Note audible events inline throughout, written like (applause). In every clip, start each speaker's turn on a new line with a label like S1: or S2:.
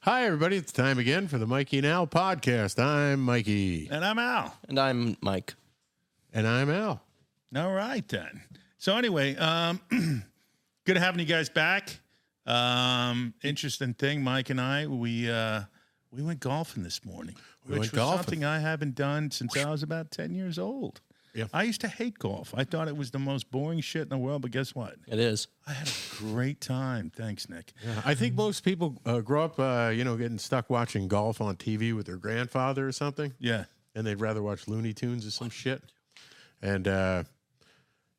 S1: Hi, everybody. It's time again for the Mikey Now podcast. I'm Mikey.
S2: And I'm out.
S3: And I'm Mike.
S1: And I'm Al.
S2: All right then. So anyway, um, (clears throat) good having you guys back. Um, interesting thing, Mike and I we uh, we went golfing this morning,
S1: We
S2: which
S1: went
S2: was
S1: golfing.
S2: something I haven't done since I was about ten years old.
S1: Yeah.
S2: I used to hate golf. I thought it was the most boring shit in the world, but guess what?
S3: It is.
S2: I had a great time. Thanks, Nick.
S1: I think most people uh, grow up, uh, you know, getting stuck watching golf on TV with their grandfather or something,
S2: Yeah.
S1: and they'd rather watch Looney Tunes or some shit. And uh,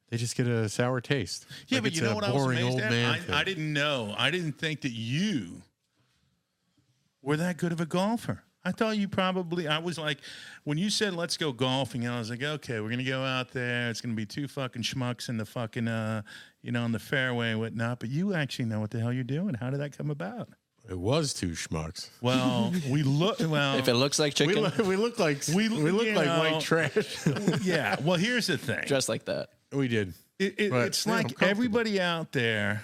S1: they just get a sour taste.
S2: Yeah,
S1: Like
S2: but
S1: it's
S2: you know
S1: a
S2: what I was
S1: boring
S2: amazed
S1: old
S2: at?
S1: man
S2: I,
S1: thing.
S2: I didn't know. I didn't think that you were that good of a golfer. I thought you probably. I was like, when you said let's go golfing, I was like, okay, we're gonna go out there. It's gonna be two fucking schmucks in the fucking, uh, you know, on the fairway and whatnot. But you actually know what the hell you're doing. How did that come about?
S1: It was two schmucks.
S2: Well,
S1: (laughs)
S2: we look. Well,
S3: If it looks like
S1: We,
S3: chicken,
S1: look, we look like we,
S2: We-
S1: look
S2: you
S1: like
S2: know.
S1: white trash. (laughs)
S2: (laughs) yeah. Well, here's the thing.
S3: dress like that.
S1: we did.
S2: It, it,
S1: Right.
S2: it's
S1: Yeah, I'm
S2: like
S1: comfortable.
S2: everybody out there.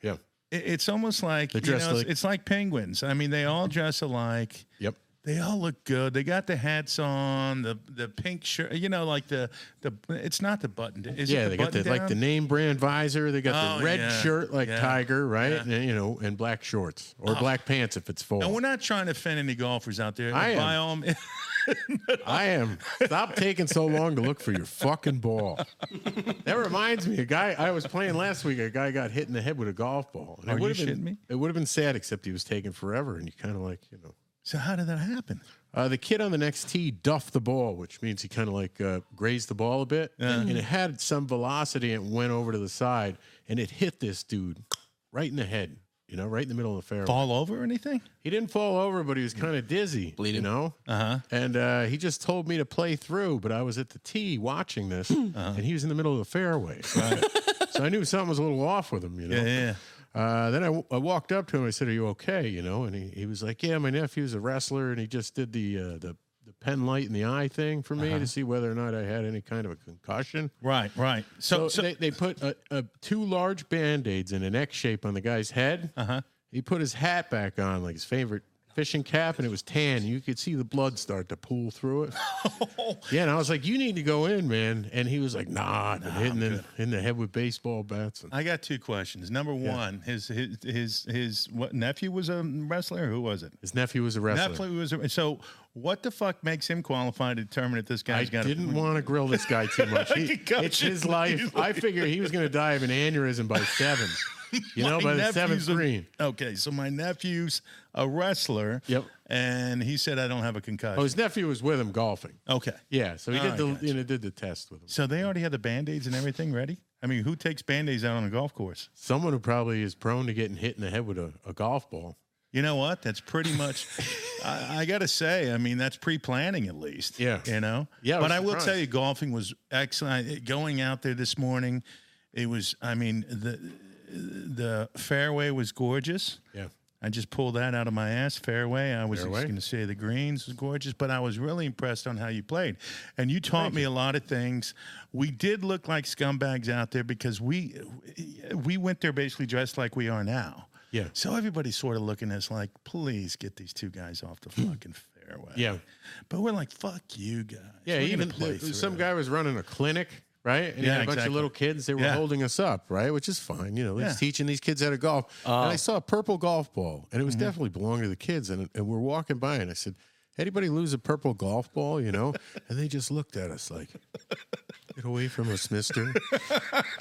S1: Yeah.
S2: it- It's almost like you
S1: dress
S2: know,
S1: like-
S2: it's like penguins. I mean, they all dress alike.
S1: Yep.
S2: they all look good. They got the hats on, the the pink shirt. You know, like the the. It's not the button. Is
S1: yeah,
S2: it
S1: they
S2: the
S1: got the
S2: button
S1: like the
S2: down?
S1: name brand visor. They got the
S2: Oh,
S1: red
S2: yeah.
S1: shirt like
S2: Yeah. Oh.
S1: Tiger, right? And, you know, and black shorts or black pants if it's full.
S2: And we're not trying to offend any golfers out there.
S1: I am.
S2: By all means-
S1: I am. Stop taking so long to look for your fucking ball. That reminds me, a guy I was playing last week. A guy got hit in the head with a golf ball. And
S2: Are
S1: it
S2: you
S1: would've been,
S2: shitting me?
S1: It would have been sad, except he was taking forever, and you kind of like, you know.
S2: (laughs) so how did that happen?
S1: Uh, the kid on the next tee duffed the ball, which means he kind of like uh, grazed the ball a bit,
S2: Mm-hmm.
S1: and it had some velocity and it went over to the side, and it hit this dude right in the head. You know, right in the middle of the fairway.
S2: Fall over or anything?
S1: He didn't fall over, but he was kind of dizzy. You
S3: Bleeding.
S1: know?
S2: Uh-huh.
S1: And uh, he just told me to play through, but I was at the tee watching
S2: (clears throat)
S1: this,
S2: Uh-huh.
S1: and he was in the middle of the fairway. (laughs) so I knew something was a little off with him, you know?
S2: Yeah, yeah.
S1: Uh, then I, w- I walked up to him. I said, "Are you okay?" You know, and he, he was like, "Yeah, my nephew's a wrestler, and he just did the uh, the the pen light in the eye thing for me to see whether or not I had any kind of a concussion."
S2: Uh-huh. Right, right.
S1: So,
S2: So, so,
S1: they, they put a, a, two large band aids in an X shape on the guy's head.
S2: Uh-huh.
S1: He put his hat back on, like his favorite fishing cap, and it was tan. You could see the blood start to pool through
S2: (laughs)
S1: it. yeah, and I was like, "You need to go in, man." And he was like, "Nah, I've been hitting the, in the head with baseball bats." And
S2: I got two questions. Number one, his his his his what nephew was a wrestler. Who was it?
S1: his nephew was a wrestler.
S2: Nephew was a, so. What the fuck makes him qualified to determine if this
S1: I
S2: guy's got? a-
S1: didn't want to grill this guy too
S2: (laughs)
S1: much. He-
S2: Concussion.
S1: it's his life. I figured he was going to die of an aneurysm by seven. You know,
S2: (laughs) My
S1: by the seventh
S2: nephew's a-
S1: green.
S2: Okay, so my nephew's a wrestler.
S1: Yep.
S2: And he said I don't have a
S1: Oh,
S2: concussion.
S1: his nephew was with him golfing.
S2: Okay.
S1: Yeah, so he
S2: All
S1: did the
S2: right, gotcha.
S1: you know did the test with him.
S2: So they already had the band-aids and everything ready? I mean, who takes band-aids out on a golf course?
S1: Someone who probably is prone to getting hit in the head with a, a golf ball.
S2: You know what? That's pretty
S1: (laughs)
S2: much I, I gotta say, I mean, that's pre-planning at least.
S1: Yeah.
S2: You know?
S1: Yeah, I
S2: But
S1: was
S2: I will tell
S1: surprised.
S2: you, golfing was excellent. It- Going out there this morning, it was I mean, the the fairway was gorgeous.
S1: Yeah,
S2: I just pulled that out of my ass fairway. I was
S1: Fairway.
S2: just going to say the greens was gorgeous, but I was really impressed on how you played, and you taught me a lot of things. We did look like scumbags out there because we we went there basically dressed like we are now.
S1: Yeah.
S2: So everybody's sort of looking at us like, please get these two guys off the fucking fairway.
S1: Hmm. yeah,
S2: But we're like, fuck you guys.
S1: yeah.
S2: We're gonna
S1: even
S2: play
S1: the- some
S2: through.
S1: guy was running a clinic, right? And he
S2: Yeah,
S1: had a bunch of
S2: exactly.
S1: little kids. They were
S2: Yeah.
S1: holding us up, right? Which is fine. You know, he's
S2: Yeah.
S1: teaching these kids how to golf. and I saw a purple golf ball, and it was definitely belonged to the kids. And, and we're walking by, and I said, "Anybody lose a purple golf ball?" You know, and they just looked at us like. Get away from us, mister.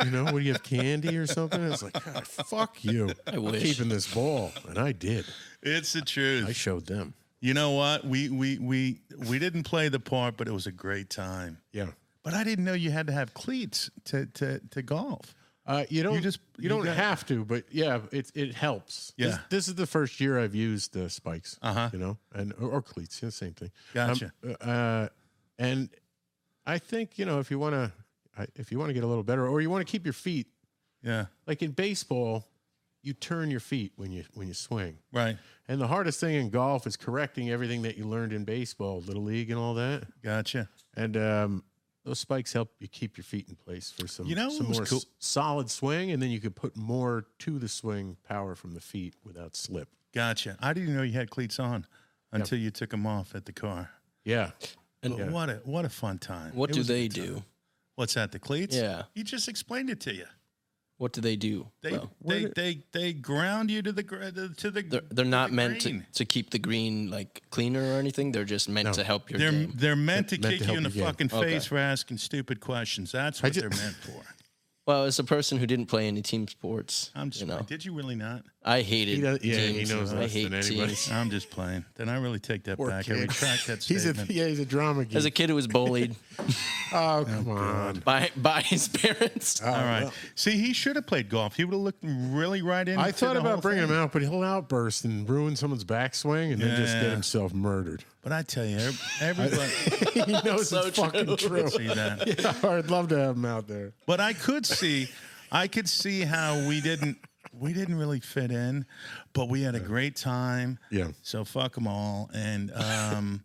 S1: you know, what do you have candy or something? It's like, God, fuck you. I'm
S3: wish.
S1: keeping this ball. And I did.
S2: It's the truth.
S1: I showed them.
S2: you know what? We we we we didn't play the part, but it was a great time.
S1: Yeah.
S2: But I didn't know you had to have cleats to to, to golf.
S1: Uh, you don't. You,
S2: just- you
S1: don't
S2: got-
S1: have to, but yeah, it it helps. This-
S2: Yeah.
S1: This, is the first year I've used uh, spikes.
S2: Uh-huh.
S1: You know, and or, or cleats, yeah, same thing. Um,
S2: Gotcha.
S1: uh, and I think you know if you want to, if you want to get a little better, or you want to keep your feet
S2: yeah.
S1: like in baseball, you turn your feet when you when you swing.
S2: Right.
S1: And the hardest thing in golf is correcting everything that you learned in baseball, little league, and all that.
S2: Gotcha.
S1: And um, those spikes help you keep your feet in place for some,
S2: You know
S1: some
S2: what was
S1: more
S2: cool?
S1: s- solid swing, and then you could put more to the swing power from the feet without slip.
S2: Gotcha. I didn't know you had cleats on until you took them off at the car.
S1: Yeah.
S2: But What a what a fun time.
S3: What
S2: It
S3: do
S2: was a
S3: they
S2: good time.
S3: do?
S2: What's that? The cleats?
S3: Yeah.
S2: You just explained it to you.
S3: What do they do?
S2: They
S3: Well,
S2: they, they they ground you to the gra- to the.
S3: they're, they're not meant to,
S2: green.
S3: to keep the green like cleaner or anything. They're just meant to help your
S2: They're
S3: game.
S2: they're meant to
S1: Meant to
S2: kick you
S1: help
S2: in the
S1: your game.
S2: fucking
S3: Okay.
S2: face for asking stupid questions. That's what
S1: ju-
S2: they're meant for.
S3: Well, as a person who didn't play any team sports,
S2: I'm just.
S3: (laughs) you know,
S2: Did you really not?
S3: I hated
S1: He does- yeah, he
S3: teams.
S1: knows
S3: I
S1: less
S3: hate
S1: than anybody.
S3: teams.
S2: I'm just playing. Then I really take that
S1: Poor
S2: back. I
S1: kid.
S2: retract
S3: (laughs)
S1: (laughs)
S2: that
S1: He's a
S2: statement.
S1: yeah, he's a drama geek.
S3: As a kid who
S2: (laughs)
S3: was bullied
S1: oh come on.
S3: by by his parents.
S1: Oh,
S2: All right.
S1: well.
S2: See, he should have played golf. He would have looked really right in.
S1: I thought about bringing him out, but he'll outburst and ruin someone's backswing, and then just
S2: Yeah.
S1: get himself murdered.
S2: But I tell you, ev-
S1: (laughs)
S2: everybody
S1: he knows
S3: So
S1: it's fucking true.
S2: (laughs) see that.
S1: (laughs) I'd love to have him out there.
S2: But I could see, I could see how we didn't, we didn't really fit in, but we had a great time.
S1: Yeah.
S2: So fuck them all, and um,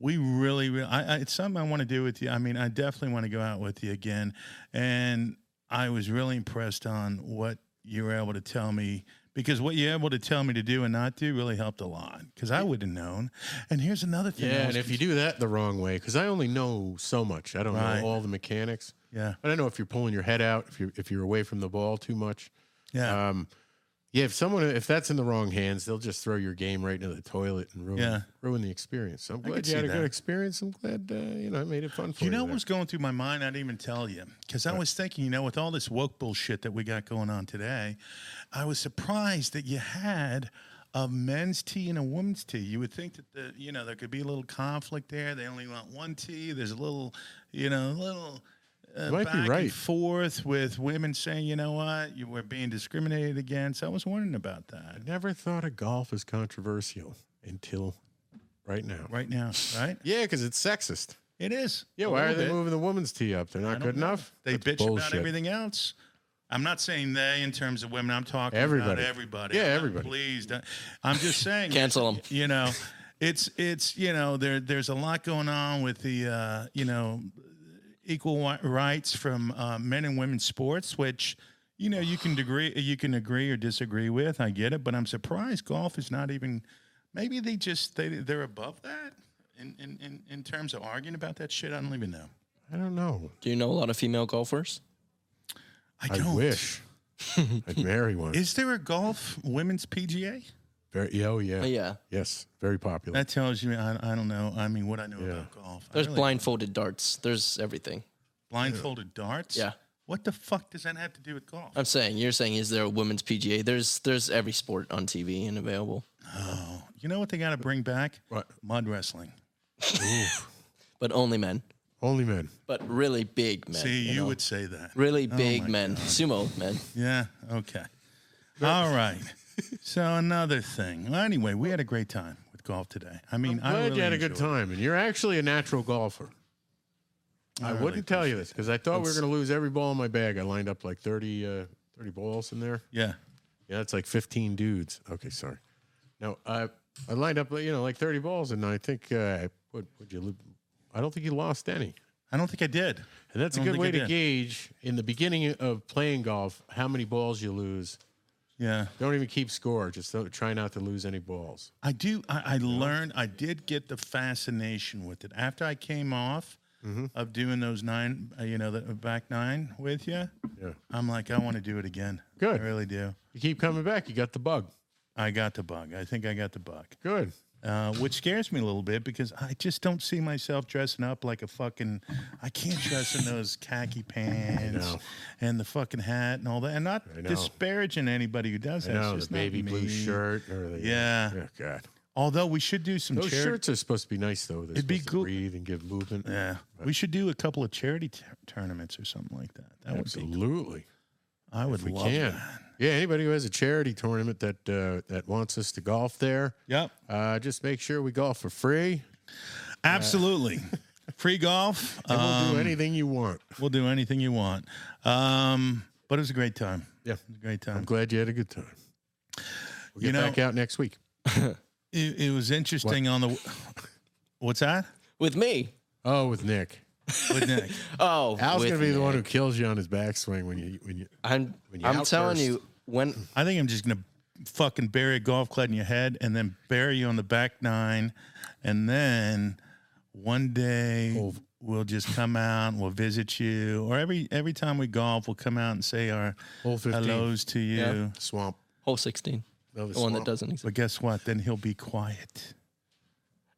S2: we really, really, I, I, it's something I want to do with you. I mean, I definitely want to go out with you again, and I was really impressed on what you were able to tell me. Because what you're able to tell me to do and not do really helped a lot. Because I wouldn't have known. And here's another thing. I
S1: Yeah,
S2: was
S1: and if you do that the wrong way, because I only know so much, I don't
S2: Right.
S1: know all the mechanics.
S2: Yeah.
S1: I don't know if you're pulling your head out, if you're if you're away from the ball too much.
S2: Yeah.
S1: Um, yeah, if someone if that's in the wrong hands, they'll just throw your game right into the toilet and ruin
S2: Yeah.
S1: ruin the experience. So I'm glad
S2: could
S1: you had
S2: see
S1: a
S2: that.
S1: good experience. I'm glad uh, you know I made it fun for you.
S2: you know
S1: there.
S2: what's going through my mind? I didn't even tell you because I was thinking, you know, with all this woke bullshit that we got going on today, I was surprised that you had a men's tee and a women's tee. You would think that the, you know there could be a little conflict there. They only want one tee. There's a little, you know, a little. Uh,
S1: might be
S2: back and
S1: right.
S2: forth with women saying, you know what, you were being discriminated against. I was wondering about that
S1: never thought of golf as controversial until right now.
S2: right now, right?
S1: Yeah, because it's sexist.
S2: It is.
S1: Yeah,
S2: a
S1: why are
S2: little
S1: they
S2: bit.
S1: moving the woman's tee up? They're not
S2: don't
S1: good
S2: know.
S1: enough.
S2: They
S1: That's
S2: bitch about
S1: bullshit.
S2: everything else. I'm not saying they in terms of women. I'm talking
S1: Everybody.
S2: about everybody.
S1: Yeah,
S2: I'm not-
S1: everybody.
S2: Please, don't. I'm just saying.
S3: Cancel 'em.
S2: You know, it's it's you know there there's a lot going on with the uh, you know equal wi- rights from uh, men and women's sports, which you know you can degree you can agree or disagree with. I get it, but I'm surprised golf is not even. Maybe they just they they're above that. In, in, in, in terms of arguing about that shit, I don't even know.
S1: I don't know.
S3: Do you know a lot of female golfers?
S2: I
S1: I
S2: don't. (laughs)
S1: wish I'd marry one.
S2: Is there a golf women's PGA?
S1: Very, yeah, oh yeah.
S3: Oh, yeah.
S1: Yes, very popular.
S2: That tells you I, I don't know. I mean, what I know about golf. I
S3: There's
S2: really-
S3: blindfolded darts. There's everything.
S2: blindfolded darts.
S3: Yeah.
S2: What the fuck does that have to do with golf?
S1: Uh,
S3: I'm saying you're saying is there a women's PGA? There's there's every sport on TV and available.
S2: You know what they got to bring back?
S1: What?
S2: Mud wrestling.
S3: But only men.
S1: Only men.
S3: But really big men.
S2: See, you,
S3: know?
S2: would say that.
S3: really big men. Sumo men.
S2: Yeah. Okay. All right. So another thing. Well, anyway, we had a great time with golf today. I mean,
S1: Glad
S2: I really
S1: you had a good
S2: enjoyed it.
S1: time, and you're actually a natural golfer. I,
S2: really
S1: wouldn't tell you this because I thought we were going to lose every ball in my bag. I lined up like 30, uh, 30 balls in there.
S2: Yeah.
S1: Yeah, it's like 15 dudes. Okay, sorry. No, I I lined up, you know, like 30 balls, and I think uh, what would you? lo- I don't think you lost any,
S2: I don't think I did.
S1: and that's a
S2: I don't
S1: good
S2: think I
S1: way to
S2: did.
S1: gauge in the beginning of playing golf how many balls you lose.
S2: Yeah.
S1: Don't even keep score. Just don't, try not to lose any balls.
S2: I do. I, I learned. I did get the fascination with it after I came off
S1: Mm-hmm.
S2: of doing those nine. Uh, you know, the back nine with you.
S1: Yeah.
S2: I'm like, I want to do it again.
S1: Good.
S2: I really do.
S1: You keep coming back. You got the bug.
S2: I got the bug. I think I got the bug,
S1: Good.
S2: uh, which scares me a little bit because I just don't see myself dressing up like a fucking. I can't dress in those
S1: (laughs)
S2: khaki pants
S1: know.
S2: and the fucking hat and all that. And not
S1: I know.
S2: disparaging anybody who does
S1: I
S2: that. It's
S1: know the
S2: just not
S1: baby blue
S2: me.
S1: shirt or the
S2: Yeah.
S1: Oh God,
S2: Although we should do some
S1: those
S2: charity.
S1: shirts are supposed to be nice though. They're
S2: It'd be
S1: supposed
S2: cool-
S1: to breathe and give movement.
S2: Yeah, we should do a couple of charity t- tournaments or something like that. That would be.
S1: absolutely.
S2: I would
S1: We
S2: love
S1: can.
S2: that.
S1: Yeah, anybody who has a charity tournament that uh, that wants us to golf there,
S2: Yep,
S1: uh, just make sure we golf for free.
S2: absolutely. Free golf.
S1: And
S2: Uh,
S1: we'll do anything you want.
S2: we'll do anything you want. Um, but it was a great time.
S1: Yeah,
S2: It was a great
S1: I'm
S2: time.
S1: glad you had a good time. We'll get
S2: You know-
S1: back out next week.
S2: It, it was interesting on the. What's that?
S3: With me.
S1: Oh, with Nick.
S2: With Nick.
S3: Oh,
S1: Al's
S3: with
S1: gonna be the
S3: me.
S1: one who kills you on his backswing when you when you.
S3: I'm
S1: when you
S3: I'm telling
S1: outburst.
S3: you when
S2: I think I'm just gonna fucking bury a golf club in your head and then bury you on the back nine. And then one day
S1: Oh.
S2: we'll just come out and we'll visit you. Or every every time we golf, we'll come out and say our
S1: Hole 15.
S2: hellos to you.
S3: Yeah.
S1: Swamp.
S3: Hole 16,
S1: Another
S3: the one that
S1: swamp.
S3: doesn't exist.
S2: But guess what? Then he'll be quiet.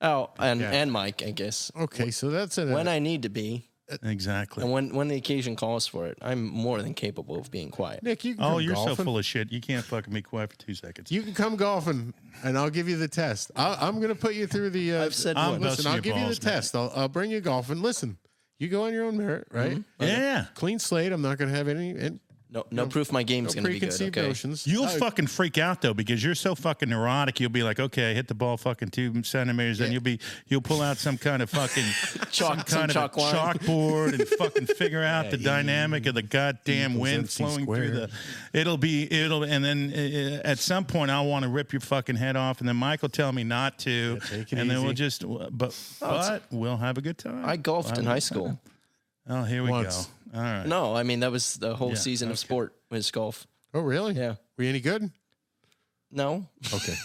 S3: Oh, and
S1: Yeah.
S3: and Mike, I guess.
S1: Okay, so that's uh, it.
S3: When I need to be,
S1: Uh,
S2: Exactly.
S3: and when when the occasion calls for it, I'm more than capable of being quiet.
S1: Nick, you can
S2: Oh,
S1: come
S2: you're so
S1: golfing.
S2: full of shit. You can't fucking be quiet for two seconds.
S1: You can come golfing, and I'll give you the test. I'll, I'm going to put you through the. Uh,
S3: I've said
S2: I'm
S3: one.
S2: bus-
S1: listen, I'll
S2: your
S1: give you the
S2: balls, Nick.
S1: test. I'll, I'll bring you golfing. Listen, you go on your own merit, right?
S3: Mm-hmm.
S2: yeah.
S1: Clean slate. I'm not going to have any, and
S3: No, no proof my game's
S1: no
S3: gonna be good.
S1: preconceived
S3: Okay.
S1: notions.
S2: You'll
S1: Uh,
S2: fucking freak out though because you're so fucking neurotic. You'll be like, okay, hit the ball fucking two centimeters, and you'll be you'll pull out some kind
S1: (laughs)
S2: of fucking
S3: Chalk-
S2: some kind
S3: some
S2: of
S3: chalk line.
S2: chalkboard and fucking figure out the dynamic of the goddamn
S1: equals
S2: wind
S1: MC
S2: flowing through the.
S1: squared.
S2: It'll be it'll and then uh, at some point I'll want to rip your fucking head off, and then Michael tell me not to,
S1: take it
S2: and then we'll
S1: easy.
S2: just but but we'll have a good time.
S3: I golfed in high school.
S2: Oh, here we
S1: Once.
S2: go. All right.
S3: No, I mean that was the whole
S2: Yeah,
S3: season of sport was golf.
S1: Oh, really?
S3: Yeah.
S1: Were you any good?
S3: No, (laughs)
S1: Okay.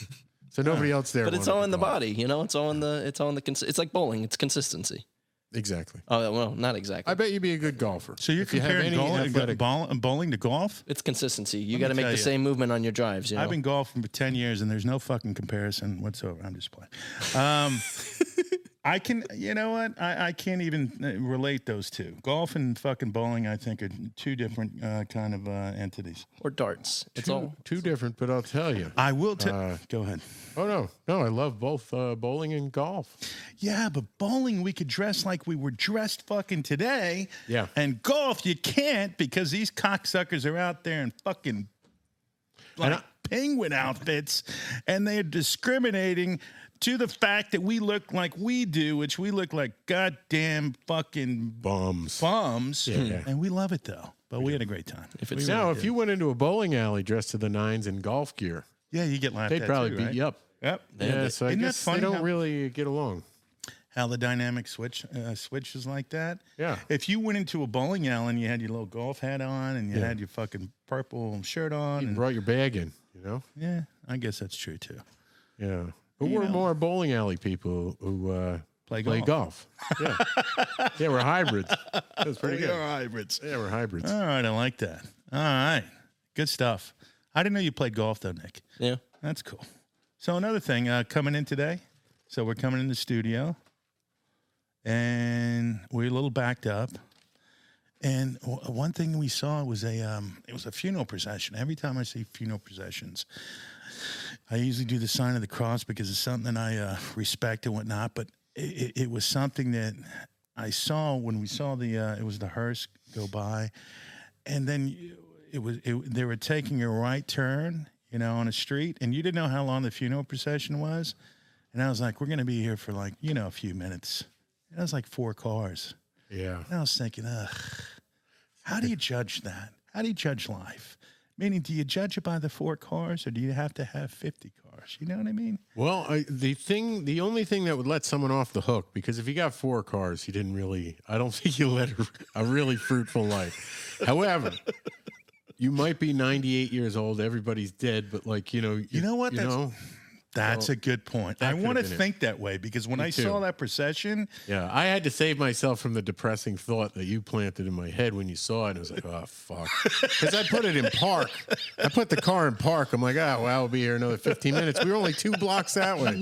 S1: So nobody else there.
S3: but it's
S1: wanted
S3: all
S1: to
S3: in the
S1: golf.
S3: body. You know, it's all in the it's all in the cons- it's like bowling. It's consistency.
S1: Exactly.
S3: Oh well, not exactly.
S1: I bet you'd be a good golfer.
S2: So you're
S1: If you have
S2: comparing
S1: any
S2: golf,
S1: athletic-
S2: ball, bowling to golf?
S3: it's consistency. You
S2: me
S3: got to make
S2: tell
S3: the
S2: you.
S3: same movement on your drives. You know?
S2: I've been golfing for 10 years and there's no fucking comparison whatsoever. I'm just playing. Um, I can, you know what? I, I can't even uh, relate those two. Golf and fucking bowling, I think, are two different uh, kind of uh, entities.
S3: or darts. It's
S1: two,
S3: all
S1: two different, but I'll tell you.
S2: I will tell. Uh, go ahead.
S1: Oh no, no, I love both uh, bowling and golf.
S2: Yeah, but bowling, we could dress like we were dressed fucking today.
S1: Yeah.
S2: And golf, you can't because these cocksuckers are out there in fucking like penguin outfits and they're discriminating to the fact that we look like we do, which we look like goddamn fucking
S1: Bums.
S2: bums.
S1: Yeah.
S2: And we love it though. But we had a great time.
S3: if it's
S1: Now, if you went into a bowling alley dressed to the nines in golf gear,
S2: Yeah, you get laughed
S1: they'd
S2: at
S1: probably
S2: too,
S1: beat
S2: right?
S1: you up.
S2: Yep.
S1: Yeah, so I
S2: Isn't that
S1: guess
S2: funny
S1: they don't
S2: how-
S1: really get along.
S2: how the dynamic switch uh, switches like that.
S1: Yeah.
S2: If you went into a bowling alley and you had your little golf hat on and you had your fucking purple shirt on, and,
S1: Brought your bag in, you know.
S2: yeah, I guess that's true too.
S1: Yeah, but we're more bowling alley people who uh,
S2: Play
S1: play golf.
S2: (laughs)
S1: Yeah, yeah, we're hybrids. That's pretty
S2: We
S1: good.
S2: are hybrids. Uh.
S1: Yeah, we're hybrids.
S2: All right, I like that. All right, good stuff. I didn't know you played golf though, Nick.
S3: yeah.
S2: That's cool. So another thing uh, coming in today. So we're coming in the studio, and we're a little backed up. And w- one thing we saw was a um, it was a funeral procession. Every time I see funeral processions, I usually do the sign of the cross because it's something that I uh, respect and whatnot. But it, it, it was something that I saw when we saw the uh, it was the hearse go by, and then you- it was it, they were taking a right turn, you know, on a street, and you didn't know how long the funeral procession was. And I was like, we're gonna be here for like you know a few minutes. And it was like four cars.
S1: Yeah,
S2: And I was thinking, ugh, how do you judge that? How do you judge life? Meaning, do you judge it by the four cars or do you have to have 50 cars? You know what I mean?
S1: Well, I, the thing, the only thing that would let someone off the hook, because if you got four cars, you didn't really, I don't (laughs) think you led a, a really fruitful life. However, you might be 98 years old, everybody's dead, but like, you know, you,
S2: know what?
S1: You
S2: That's-
S1: know,
S2: That's a good point. I
S1: could've
S2: want to
S1: been it.
S2: think that way because when I saw
S1: too.
S2: that procession,
S1: yeah, I had to save myself from the depressing thought that you planted in my head when you saw it. I was like, oh, fuck. Because I put it in park. I put the car in park. I'm like, ah, well, I'll be here another 15 minutes. We were only two blocks that way.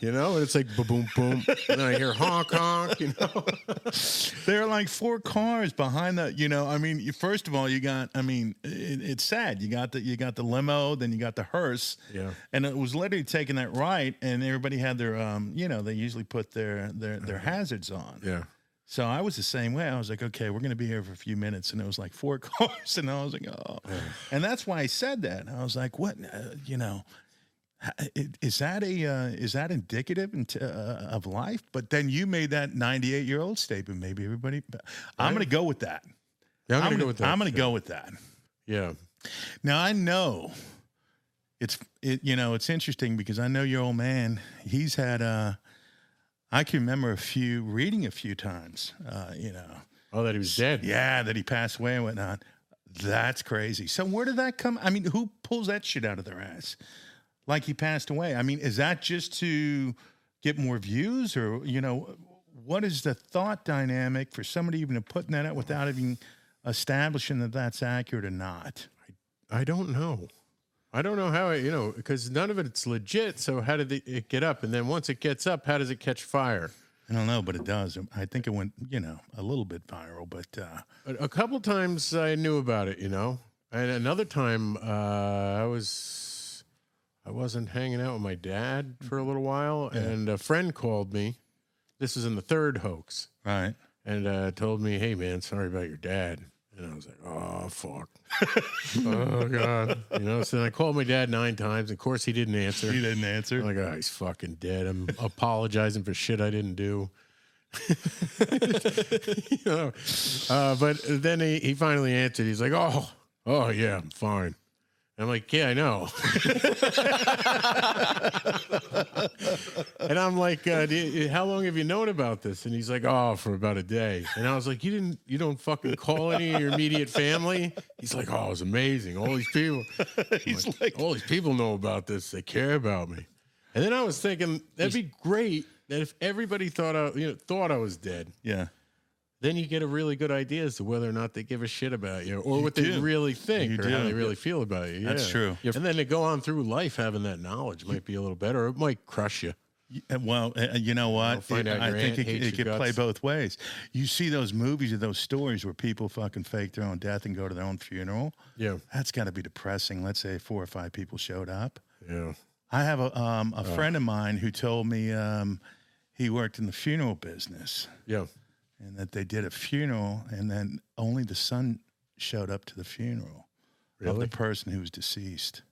S1: You know, and it's like, boom, boom. And then I hear honk, honk, you
S2: (laughs)
S1: know.
S2: there are like four cars behind the, you know, I mean, you, first of all, you got, I mean, it, it's sad. You got the, you got the limo, then you got the hearse.
S1: Yeah.
S2: And it was literally taking that right. And everybody had their, um, you know, they usually put their, their, their hazards on.
S1: Uh-huh. Yeah.
S2: So I was the same way. I was like, okay, we're going to be here for a few minutes. And it was like four (laughs) cars. And I was like, oh. And that's why I said that. I was like, what, uh, you know, h- i- is that a uh, is that indicative into, uh, of life? But then you made that 98 year old statement. Maybe everybody, but I'm going to go with that.
S1: Yeah, I'm,
S2: I'm
S1: gonna,
S2: gonna-
S1: go with that.
S2: I'm going to go with that.
S1: Yeah.
S2: Now I know it's it you know it's interesting because I know your old man. He's had uh I can remember a few reading a few times. Uh, you know,
S1: Oh, that he was dead.
S2: yeah, that he passed away and whatnot. That's crazy. So where did that come? I mean, who pulls that shit out of their ass? Like he passed away. I mean, is that just to get more views, or you know, what is the thought dynamic for somebody even to putting that out without even establishing that that's accurate or not?
S1: I don't know. I don't know how it, you know, because none of it's legit. So how did it- it get up? And then once it gets up, how does it catch fire?
S2: I don't know, but it does. I think it went, you know, a little bit viral, but uh,
S1: A, a couple times I knew about it, you know, and another time uh, I was I wasn't hanging out with my dad for a little while, and a friend called me. This is in the third hoax,
S2: right.
S1: and uh, told me, "Hey, man, sorry about your dad." And I was like, "Oh fuck, (laughs) oh god," you know. So then I called my dad nine times. Of course, he didn't answer.
S2: He didn't answer.
S1: I'm like, oh, he's fucking dead. I'm (laughs) apologizing for shit I didn't do. (laughs) you know? uh, but then he, he finally answered. He's like, oh, oh, yeah, I'm fine. And I'm like, yeah, I know. (laughs) and I'm like, uh, do you- how long have you known about this? And he's like, oh, for about a day. And I was like, you didn't, you don't fucking call any of your immediate family? He's like, oh, it's amazing. All these people.
S2: He's (laughs) like,
S1: All these people know about this. They care about me. And then I was thinking that'd be great that if everybody thought I, you know, thought I was dead,
S2: yeah,
S1: then you get a really good idea as to whether or not they give a shit about you or what they
S2: do.
S1: really think
S2: You
S1: or how
S2: do.
S1: they really feel about you.
S2: That's
S1: Yeah.
S2: true.
S1: And then to go on through life having that knowledge might be a little better. It might crush you.
S2: Uh, Well, uh, you know what?
S1: find
S2: It-
S1: out
S2: I
S1: your aunt
S2: think it,
S1: hates
S2: it
S1: your
S2: could play
S1: guts.
S2: both ways. You see those movies and those stories where people fucking fake their own death and go to their own funeral.
S1: Yeah.
S2: That's got to be depressing. Let's say four or five people showed up.
S1: Yeah.
S2: I have a um,
S1: Oh.
S2: a friend of mine who told me um, he worked in the funeral business
S1: Yeah.
S2: and that they did a funeral and then only the son showed up to the funeral of the
S1: Really?
S2: person who was deceased.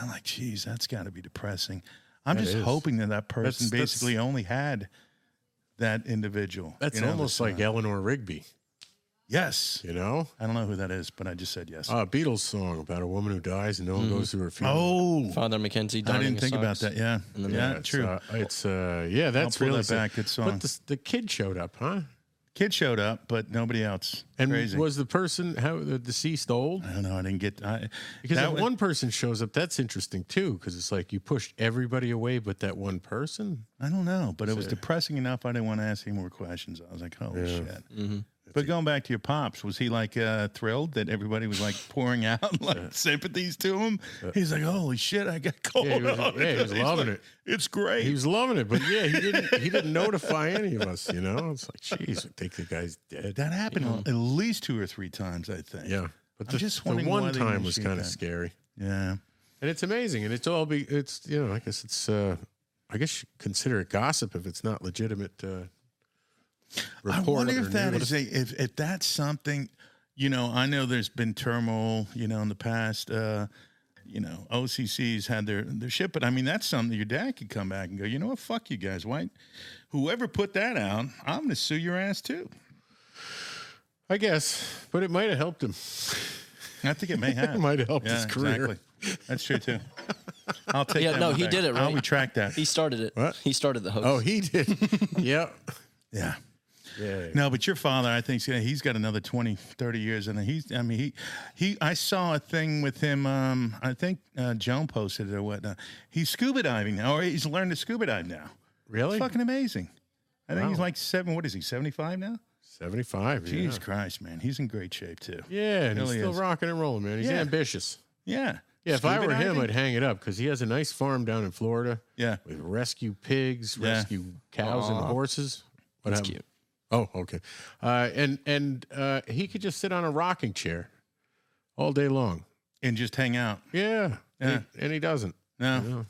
S2: I'm like, geez, that's got to be depressing. I'm
S1: That
S2: just
S1: is.
S2: hoping that that person
S1: That's- that's-
S2: basically only had that individual.
S1: That's
S2: you know, uh, the
S1: almost like
S2: son.
S1: Eleanor Rigby,
S2: yes.
S1: you know?
S2: I don't know who that is, but I just said yes.
S1: A Beatles song about a woman who dies and no one goes to her funeral.
S2: Mm-hmm. oh,
S3: Father Mackenzie.
S2: I
S3: donning
S2: didn't
S3: his
S2: think about
S3: socks.
S2: that. Yeah, yeah,
S1: it's,
S2: true.
S1: uh, it's uh, yeah, that's
S2: pull
S1: really
S2: that
S1: sad.
S2: back. Good song.
S1: But the, the kid showed up, huh?
S2: Kid showed up, but nobody else.
S1: And
S2: Crazy.
S1: was the person how the deceased old?
S2: I don't know. I didn't get I,
S1: Because
S2: that
S1: if one person shows up, that's interesting too. Because it's like you pushed everybody away, but that one person.
S2: I don't know, but it was depressing enough. I didn't want to ask any more questions. I was like, holy shit.
S1: Mm-hmm.
S2: But going back to your pops, was he like uh, thrilled that everybody was like pouring out (laughs) like sympathies to him? He's like, holy shit, I got called
S1: Yeah, he was-
S2: out.
S1: yeah, he was
S2: (laughs) He's
S1: loving
S2: like,
S1: it.
S2: It's great.
S1: He was loving it, but yeah, he didn't. He didn't notify any of us. You know, it's like, jeez, I think the guy's dead.
S2: that happened at least two or three times, I think.
S1: Yeah, but
S2: I'm
S1: the,
S2: just
S1: the
S2: wondering why
S1: one
S2: they
S1: time was
S2: initiate
S1: kind of
S2: that.
S1: scary,
S2: Yeah.
S1: and it's amazing, and it's all be. It's you know, I guess it's. uh I guess you consider it gossip if it's not legitimate. Uh,
S2: I
S1: report
S2: wonder
S1: or
S2: if that
S1: news.
S2: is a if, if that's something, you know, I know there's been turmoil, you know, in the past. Uh, you know, OCC's had their their shit, but I mean, that's something your dad could come back and go, you know what, fuck you guys, why? Whoever put that out, I'm gonna sue your ass too.
S1: I guess, but it might have helped him.
S2: I think it
S1: (laughs)
S2: may have.
S1: It might have helped his career.
S2: Exactly. That's true too.
S1: (laughs)
S2: I'll take.
S3: Yeah,
S2: that
S3: no,
S2: one
S3: he
S2: back.
S3: did it
S2: I'll
S3: right.
S2: retract that.
S3: He started it.
S1: What?
S3: He started the hoax.
S1: Oh, he
S2: (laughs)
S1: did. yep.
S2: Yeah.
S1: Yeah.
S2: No, but your father, I think, yeah, he's got another 20, 30 years. And he's, I mean, he, he, I saw a thing with him. Um, I think uh, Joan posted it or whatnot. He's scuba diving now, or he's learned to scuba dive now.
S1: Really?
S2: Fucking amazing. I think he's
S1: Wow.
S2: like seven, what is he, 75 now?
S1: 75.
S2: Jeez
S1: Yeah.
S2: Christ, man. He's in great shape, too.
S1: Yeah, and he's
S2: Really
S1: still
S2: is.
S1: rocking and rolling, man. He's
S2: Yeah.
S1: ambitious.
S2: Yeah.
S1: Yeah, if I
S2: Scuba
S1: were him,
S2: diving?
S1: I'd hang it up because he has a nice farm down in Florida
S2: Yeah.
S1: with rescue pigs,
S2: Yeah.
S1: rescue cows and horses. What
S3: That's
S1: happened?
S3: cute.
S1: Oh, okay. Uh, and and uh, he could just sit on a rocking chair all day long.
S2: And just hang out.
S1: Yeah.
S2: Yeah. Oh.
S1: And, he, and he doesn't.
S2: No.
S1: Yeah.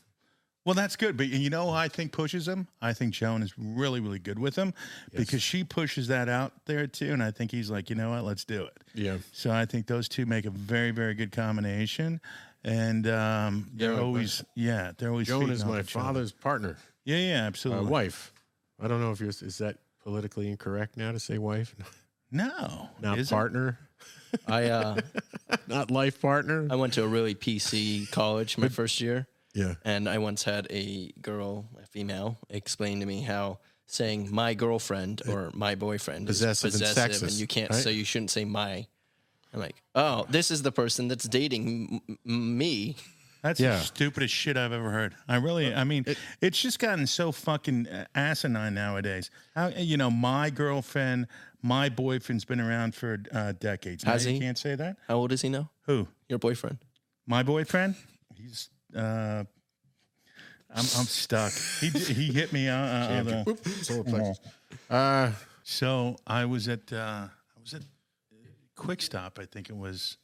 S2: Well, that's good. But you know, who I think pushes him. I think Joan is really, really good with him because she pushes that out there, too. And I think he's like, you know what? Let's do it.
S1: Yeah.
S2: So I think those two make a very, very good combination. And um, they're
S1: Yeah,
S2: always, yeah, they're always.
S1: Joan
S2: feeding
S1: is
S2: off
S1: my
S2: each other.
S1: father's partner,
S2: Yeah, yeah,
S1: uh,
S2: absolutely.
S1: wife. I don't know if you're, is that politically incorrect now to say wife?
S2: no,
S1: Not
S2: is it?
S1: partner,
S2: (laughs)
S3: I uh,
S1: not life partner.
S3: I went to a really PC college my first year,
S1: yeah.
S3: and I once had a girl, a female, explain to me how saying my girlfriend or my boyfriend
S1: Possessive
S3: is
S1: and
S3: possessive, and,
S1: sexist,
S3: you can't,
S1: right?
S3: so you shouldn't say my. I'm like, oh, this is the person that's dating m- m- me.
S2: That's
S1: Yeah.
S2: the stupidest shit I've ever heard. I really, I mean, it's just gotten so fucking uh, asinine nowadays. How you know, my girlfriend, my boyfriend's been around for uh, decades. Now
S3: Has
S2: you
S3: he?
S2: can't say that.
S3: How old is he now?
S2: Who?
S3: Your boyfriend.
S2: My boyfriend? He's. uh I'm, I'm stuck. He d- he hit me. Uh, uh, on the-
S1: Whoop, solar
S2: (laughs)
S1: plexus. Uh,
S2: So I was at uh, I was at Quick Stop, I think it was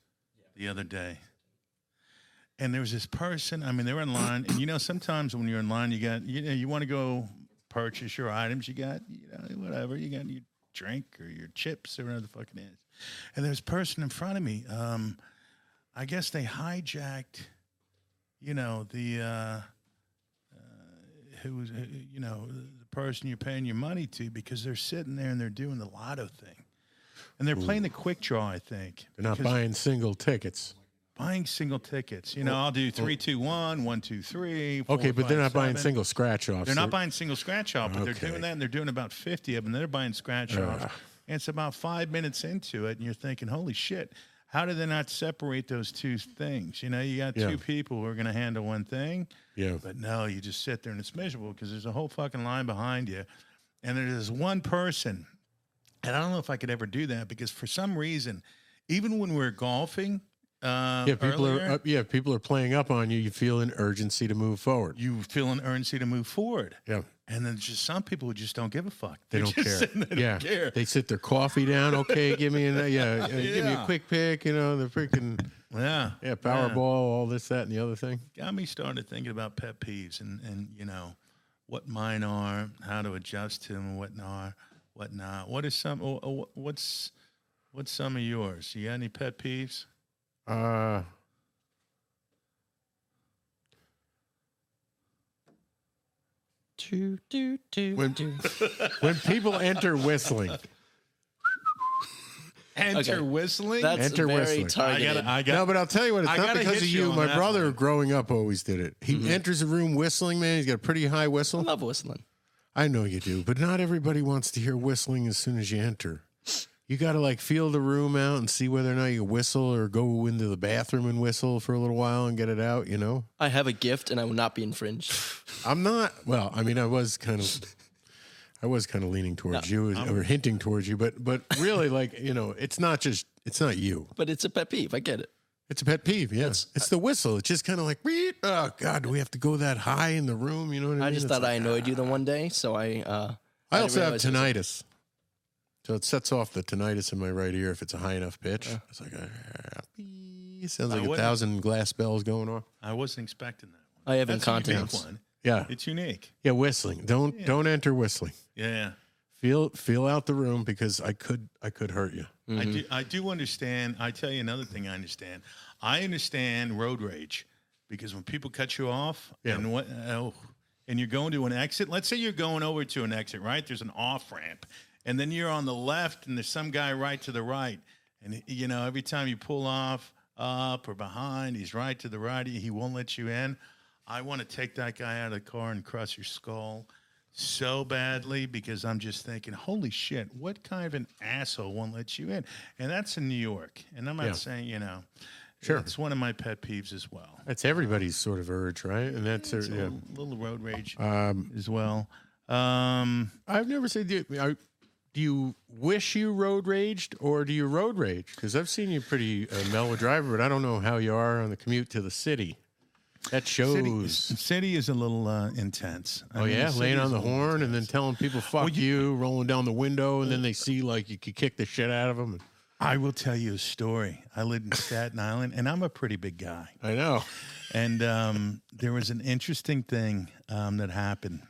S2: the other day, and there was this person. I mean, they were in line, and you know, sometimes when you're in line, you got you know you want to go purchase your items. You got you know whatever you got your drink or your chips or whatever the fuck it is. And there's a person in front of me. Um, I guess they hijacked, you know the. Uh, who was uh, you know the person you're paying your money to because they're sitting there and they're doing the lotto thing and they're playing the quick draw i think
S1: they're not
S2: because
S1: buying single tickets.
S2: buying single tickets you know i'll do three two one one two three four,
S1: Okay, but they're not
S2: five,
S1: buying
S2: seven.
S1: single scratch offs.
S2: they're not buying single scratch off but
S1: Okay.
S2: they're doing that and they're doing about 50 of them they're buying scratch offs and it's about five minutes into it and you're thinking holy shit how did they not separate those two things you know you got
S1: Yeah.
S2: two people who are going to handle one thing
S1: Yeah.
S2: but no, you just sit there and it's miserable because there's a whole fucking line behind you. And there's this one person. And I don't know if I could ever do that because for some reason, even when we're golfing, uh,
S1: Yeah, people
S2: earlier,
S1: are up, yeah, people are playing up on you. You feel an urgency to move forward.
S2: you feel an urgency to move forward.
S1: Yeah.
S2: And then just some people who just don't give a fuck.
S1: They
S2: They're
S1: don't
S2: just
S1: care.
S2: sitting there, They
S1: yeah,
S2: don't care.
S1: they sit their coffee down. Okay, give me an yeah, uh, give me a
S2: Yeah.
S1: quick pick. You know the freaking
S2: yeah.
S1: yeah Powerball, all this, that, and the other thing.
S2: got me started thinking about pet peeves and, and you know what mine are, how to adjust to them, and what not, what not. What is some? or- or wh- What's what's some of yours? You got any pet peeves?
S1: Uh,
S3: Do, do, do,
S1: When-
S3: do.
S1: when people enter whistling,
S2: Enter whistling.
S3: That's
S1: Enter
S3: very
S1: whistling. I
S2: I
S3: targeted.
S2: got. I
S1: no,
S2: got.
S1: but I'll tell you what, it's
S2: I
S1: not
S2: gotta
S1: because
S2: hit
S1: of
S2: you
S1: you.
S2: on
S1: My
S2: that
S1: brother,
S2: one. Mm-hmm.
S1: growing up, always did it. He enters a room whistling. Man, he's got a pretty high
S3: I
S1: whistle.
S3: love whistling.
S1: I know you do, but not everybody wants to hear whistling as soon as you enter. You got to like feel the room out and see whether or not you whistle or go into the bathroom and whistle for a little while and get it out, you know?
S3: I have a gift and I will not be infringed.
S1: I'm not, well, I mean, I was kind of. I was kind of leaning towards you or hinting towards you, but but really, like you know, it's not just it's not you.
S3: But it's a pet peeve. I get it.
S1: It's a pet peeve. Yeah, it's, the whistle. It's just kind of like, "Beep." oh god, do we have to go that high in the room? You know what I mean?
S3: I just
S1: It's
S3: thought I
S1: like,
S3: annoyed you the one day, so I. Uh,
S1: I also
S3: didn't
S1: have
S3: realize it was-
S1: tinnitus. So it sets off the tinnitus in my right ear if it's a high enough pitch. It's like, "Ah, beep." sounds like a
S2: wouldn't-
S1: thousand glass bells going off.
S2: I wasn't expecting that. One.
S3: I have
S2: That's a unique
S3: incontinence.
S2: one.
S1: Yeah,
S2: It's unique.
S1: yeah, whistling. Don't don't enter whistling.
S2: Yeah.
S1: Feel feel out the room because I could I could hurt you.
S2: I do. I do understand. I tell you another thing. I understand. I understand road rage because when people cut you off
S1: Yeah.
S2: and what oh, and you're going to an exit. Let's say you're going over to an exit, right? There's an off ramp, and then you're on the left, and there's some guy right to the right, and you know every time you pull off up or behind, he's right to the right. He won't let you in. I want to take that guy out of the car and crush your skull so badly because I'm just thinking, holy shit, what kind of an asshole won't let you in? And that's in New York. And I'm not
S1: Yeah.
S2: saying, you know,
S1: Sure.
S2: it's one of my pet peeves as well.
S1: That's everybody's sort of urge, right? And that's
S2: It's
S1: a,
S2: a
S1: yeah.
S2: little- little road rage
S1: Um,
S2: as well. Um,
S1: I've never said. Do you, I, do you wish you road raged, or do you road rage? Because I've seen you pretty uh, mellow driver, but I don't know how you are on the commute to the city. That
S2: city,
S1: shows.
S2: city is a little uh, intense. I
S1: oh
S2: mean,
S1: yeah,
S2: city
S1: laying
S2: is
S1: on
S2: a
S1: the
S2: little
S1: horn and
S2: intense.
S1: then telling people "fuck you, rolling down the window, and then they see like you could kick the shit out of them.
S2: I will tell you a story. I lived in Staten Island, and I'm a pretty big guy.
S1: I know.
S2: And um, there was an interesting thing um, that happened.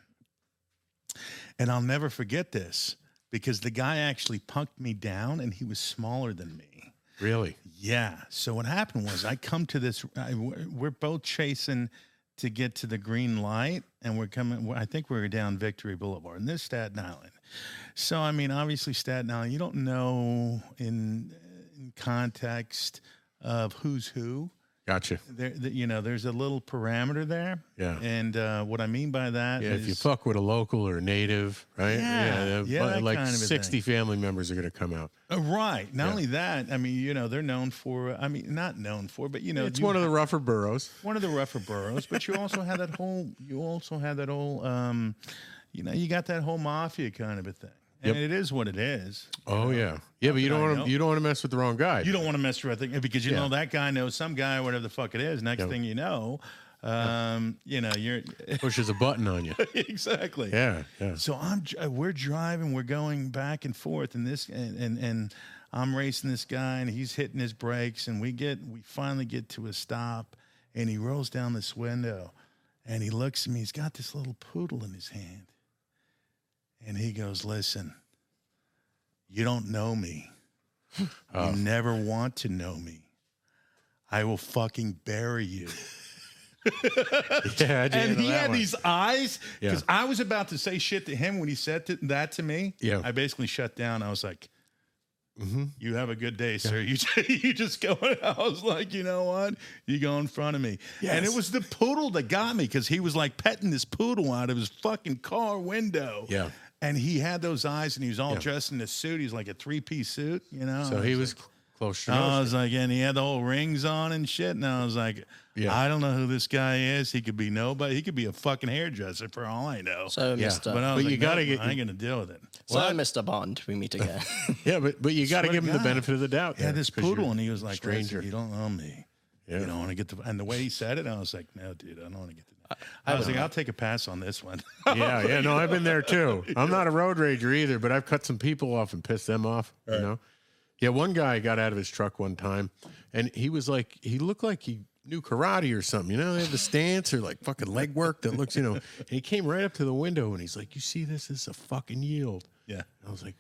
S2: And I'll never forget this because the guy actually punked me down and he was smaller than me.
S1: Really?
S2: Yeah. So what happened was I come to this, I, we're we're both chasing to get to the green light and we're coming, I think we were down Victory Boulevard and this Staten Island. So, I mean, obviously Staten Island, you don't know in, in context of who's who.
S1: Gotcha.
S2: there, th- you know, there's a little parameter there.
S1: Yeah.
S2: And uh, what I mean by that
S1: Yeah, if you
S2: is-
S1: fuck with a local or a native, right?
S2: Yeah,
S1: they're
S2: yeah,
S1: bu-
S2: that
S1: like
S2: kind of a thing.
S1: 60 family members are going to come out.
S2: Uh, right. Not
S1: Yeah.
S2: only that, I mean, you know, they're known for. I mean, not known for, but you know,
S1: It's
S2: you
S1: one of the rougher boroughs.
S2: one of the rougher boroughs, but you also had that whole you also had that whole um, you know, you got that whole mafia kind of a thing. And it is what it is.
S1: Oh yeah, yeah, but you don't
S2: I
S1: want
S2: know.
S1: to you don't want to mess with the wrong guy.
S2: You don't want to mess with it because you
S1: Yeah.
S2: know that guy knows some guy or whatever the fuck it is. Next
S1: Yeah.
S2: thing you know, um, you know, you're (laughs)
S1: pushes a button on you.
S2: exactly.
S1: Yeah, yeah.
S2: So I'm dr- we're driving, we're going back and forth, and this and and, and I'm racing this guy, and he's hitting his brakes, and we get we finally get to a stop, and he rolls down this window, and he looks at me. He's got this little poodle in his hand, and he goes, "Listen, you don't know me.
S1: (laughs) Oh.
S2: You never want to know me. I will fucking bury you."
S1: Yeah, I did
S2: (laughs) and
S1: handle
S2: he
S1: that
S2: had
S1: one.
S2: these eyes
S1: Yeah.
S2: because I was about to say shit to him when he said to, that to me.
S1: Yeah.
S2: I basically shut down. I was like,
S1: Mm-hmm.
S2: "You have a good day, sir. (laughs) You ju- you just go." I was like, "You know what? You go in front of me." And it
S1: Yes.
S2: was the poodle that got me because he was like petting this poodle out of his fucking car window.
S1: Yeah.
S2: And he had those eyes, and he was all
S1: Yeah.
S2: dressed in a suit. He's like a three-piece suit, you know.
S1: So
S2: Oh, I
S1: he
S2: like, uh,
S1: was cl- close to
S2: I
S1: no,
S2: was like, and he had the whole rings on and shit. And I was like,
S1: Yeah.
S2: I don't know who this guy is. He could be nobody. He could be a fucking hairdresser for all I know.
S3: So I
S1: Yeah,
S3: missed
S2: but I
S3: up.
S2: was
S1: But you
S2: like,
S1: gotta
S2: nope,
S1: get-
S2: I ain't gonna deal with it.
S3: So I missed a bond. We meet
S1: (laughs)
S3: again.
S1: Yeah, but but you got to
S2: Swear
S1: give
S2: to
S1: him the
S2: God.
S1: benefit of the doubt.
S2: He had
S1: there,
S2: this
S1: 'cause you're
S2: poodle, and he was
S1: a
S2: like,
S1: stranger.
S2: stranger, you don't know me.
S1: Yeah.
S2: You don't want to get the. And the way he said it, I was like, no, dude, I don't want to get the. I, was like, I'll take a pass on
S1: (laughs)
S2: this one.
S1: (laughs)
S2: (laughs)
S1: yeah, yeah. No, I've been there too. I'm not a road rager either, but I've cut some people off and pissed them off. You know. Yeah, one guy got out of his truck one time, and he was like, he looked like he knew karate or something. You know, they have the stance or like fucking leg work that looks, you know. And he came right up to the window and he's like, "You see this? This is a fucking yield."
S2: yeah.
S1: I was like,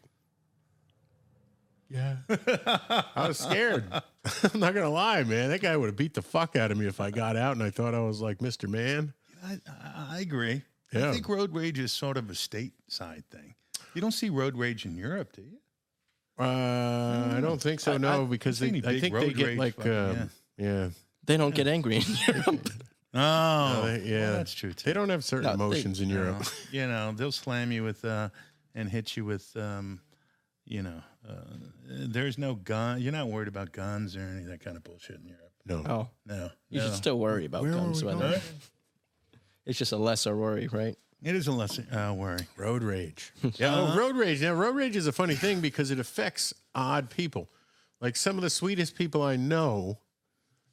S1: yeah. (laughs) I was scared. (laughs) I'm not going to lie, man. That guy would have beat the fuck out of me if I got out and I thought I was like Mr. Man.
S2: I, I- I agree.
S1: Yeah.
S2: I think road rage is sort of a stateside thing. You don't see road rage in Europe, do you?
S1: Uh, I don't think so,
S2: Mm. I-
S1: no,
S2: I-
S1: because
S2: I've
S1: they,
S2: seen any
S1: I
S2: big
S1: think they
S2: road
S1: get
S2: rage
S1: like,
S2: fucking-
S1: um, yeah.
S3: they don't get angry in
S1: (laughs)
S3: Europe.
S2: Oh,
S1: they- yeah.
S2: that's true too.
S1: They don't have certain
S3: No, they-
S1: emotions in Europe.
S2: you know, they'll slam you with uh, and hit you with, um, you know, uh, there's no gun. You're not worried about guns or any of that kind of bullshit in Europe.
S1: No.
S3: Oh,
S2: No,
S3: you
S2: no.
S3: should still worry about
S1: Where were
S3: guns.
S1: we
S3: by the
S1: going?
S3: way. It's just a lesser worry, right?
S2: It is a lesson uh, worry.
S1: Road
S2: (laughs)
S1: rage. Yeah, oh,
S2: Uh-huh.
S1: road rage. Now, road rage is a funny thing because it affects odd people. Like some of the sweetest people I know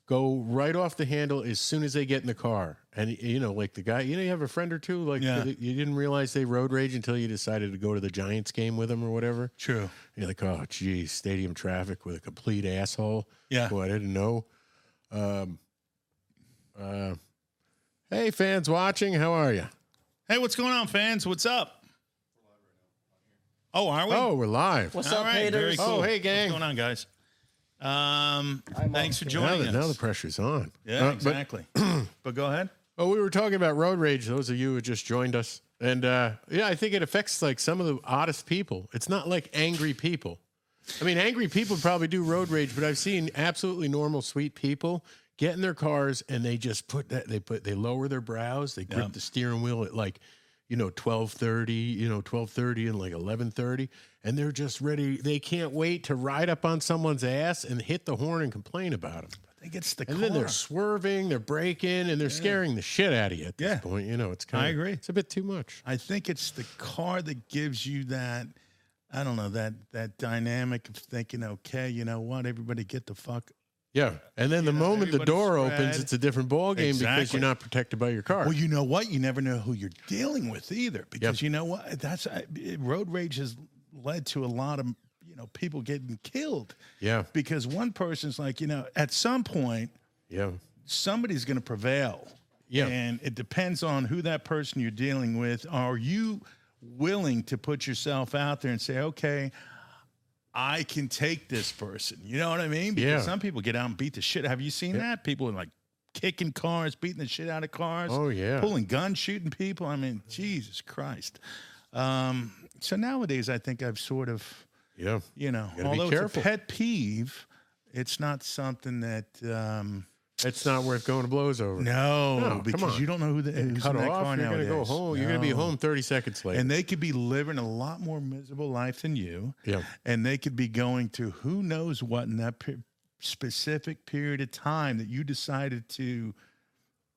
S1: go right off the handle as soon as they get in the car. And, you know, like the guy, you know, you have a friend or two, like
S2: Yeah.
S1: you didn't realize they road rage until you decided to go to the Giants game with them or whatever.
S2: True.
S1: And you're like, oh, geez, stadium traffic with a complete asshole.
S2: Yeah.
S1: Who I didn't know. Um, uh, hey, fans watching, how are you?
S2: Hey, what's going on, fans? What's up? Oh, are we?
S1: Oh, we're live.
S3: What's
S2: All
S3: up,
S2: right, very
S3: haters?
S2: cool.
S1: Oh, hey, gang.
S2: What's going on, guys? Um, thanks for
S1: Now,
S2: joining
S1: that, now the
S2: us.
S1: pressure's on.
S2: yeah,
S1: Uh, but- (clears throat)
S2: exactly. but go ahead.
S1: Well, Oh, we were talking about road rage. Those of you who just joined us, and uh, yeah, I think it affects like some of the oddest people. It's not like angry people. I mean, angry people probably do road rage, but I've seen absolutely normal, sweet people get in their cars and they just put that they put they lower their brows, they grip the steering wheel at like you know twelve thirty, you know twelve thirty and like eleven thirty, and they're just ready. They can't wait to ride up on someone's ass and hit the horn and complain about them.
S2: I think it's the
S1: And
S2: car.
S1: then they're swerving, they're braking, and they're scaring the shit out of you at this
S2: Yeah.
S1: point. You know, it's kind of,
S2: agree.
S1: It's a bit too much.
S2: I think it's the car that gives you that. I don't know that that dynamic of thinking, okay, you know what, everybody get the fuck.
S1: Yeah. And then the
S2: know,
S1: moment the
S2: everybody's
S1: door opens,
S2: spread.
S1: it's a different ball game because
S2: Exactly.
S1: you're not protected by your car.
S2: Well, you know what, you never know who you're dealing with either, because you know what, that's I, road rage has led to a lot of you know people getting killed
S1: yeah.
S2: because one person's like, you know, at some point
S1: Yeah.
S2: somebody's going to prevail.
S1: Yeah.
S2: And it depends on who that person you're dealing with. Are you willing to put yourself out there and say, okay, I can take this person? You know what I mean? Because
S1: Yeah.
S2: some people get out and beat the shit. Have you seen that? People are like kicking cars, beating the shit out of cars.
S1: Oh, yeah.
S2: Pulling guns, shooting people. I mean, Jesus Christ. Um, so nowadays, I think I've sort of
S1: Yeah.
S2: you know,
S1: gotta be
S2: although it's a
S1: careful.
S2: pet peeve, it's not something that um,
S1: It's not worth going to blows over.
S2: No,
S1: No, come
S2: because
S1: on.
S2: you don't know who the, who's
S1: Cut
S2: in that
S1: off.
S2: car
S1: You're gonna go
S2: nowadays.
S1: home. You're gonna be
S2: No.
S1: home 30 seconds later.
S2: and they could be living a lot more miserable life than you.
S1: (laughs) yeah.
S2: and they could be going to who knows what in that per- specific period of time that you decided to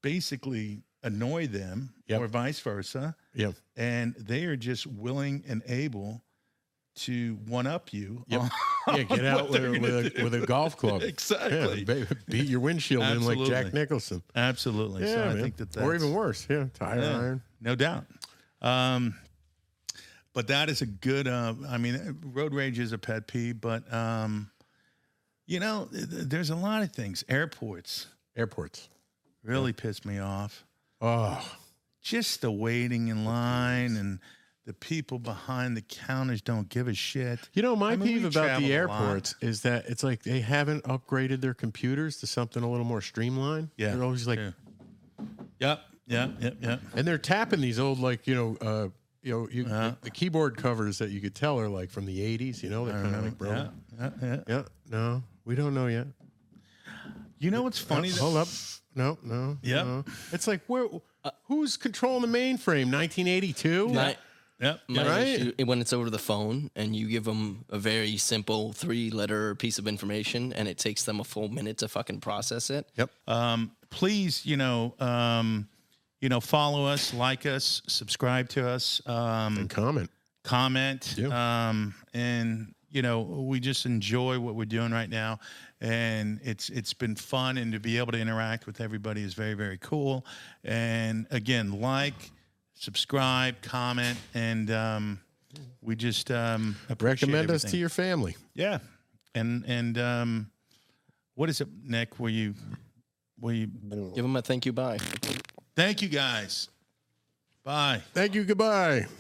S2: basically annoy them
S1: Yep.
S2: or vice versa (laughs)
S1: Yeah.
S2: and they are just willing and able to one up you
S1: Yep.
S2: on
S1: Yeah. Get
S2: what
S1: out with,
S2: they're
S1: a-
S2: gonna
S1: with, a,
S2: do.
S1: with a golf club.
S2: (laughs) exactly
S1: Yeah, ba- beat your windshield in like Jack
S2: Absolutely.
S1: Nicholson.
S2: absolutely so i
S1: man.
S2: think that that's
S1: or even worse. Yeah, tire
S2: Yeah.
S1: iron.
S2: No doubt. Um, but that is a good. Uh, I mean, road rage is a pet peeve, but um, you know, th- th- there's a lot of things. Airports
S1: Airports.
S2: really piss me off.
S1: Oh,
S2: Just the waiting in line and the people behind the counters don't give a shit.
S1: you know my
S2: I mean, we
S1: peeve about
S2: traveled
S1: the
S2: a lot.
S1: airports is that it's like they haven't upgraded their computers to something a little more streamlined.
S2: Yeah.
S1: they're always like,
S2: Yeah. Yep. Yep. Yep. Yep.
S1: and they're tapping these old like you know, uh, you know, you,
S2: Uh-huh.
S1: the keyboard covers that you could tell are like from the '80s. You know, they're kind of like
S2: Yeah,
S1: broken.
S2: yeah, Uh-huh. yeah.
S1: Yeah. no, we don't know yet.
S2: You know what's funny?
S1: Uh,
S2: that-
S1: Hold up. No, no.
S2: Yep.
S1: no. It's like where who's controlling the mainframe? 1982?
S3: My,
S2: Yep.
S3: my
S1: Right?
S3: issue when it's over the phone and you give them a very simple three letter piece of information and it takes them a full minute to fucking process it.
S1: Yep.
S2: um, please, you know, um, you know, follow us, like us, subscribe to us, um,
S1: Comment.
S2: comment, um, and you know, we just enjoy what we're doing right now, and it's it's been fun, and to be able to interact with everybody is very very cool. And again, like, subscribe, comment, and um, we just um, appreciate
S1: Recommend us
S2: everything.
S1: to your family.
S2: Yeah, and and um, what is it, Nick? Will you will you
S3: Give them a thank you bye.
S2: Thank you guys. Bye.
S1: Thank you. Goodbye.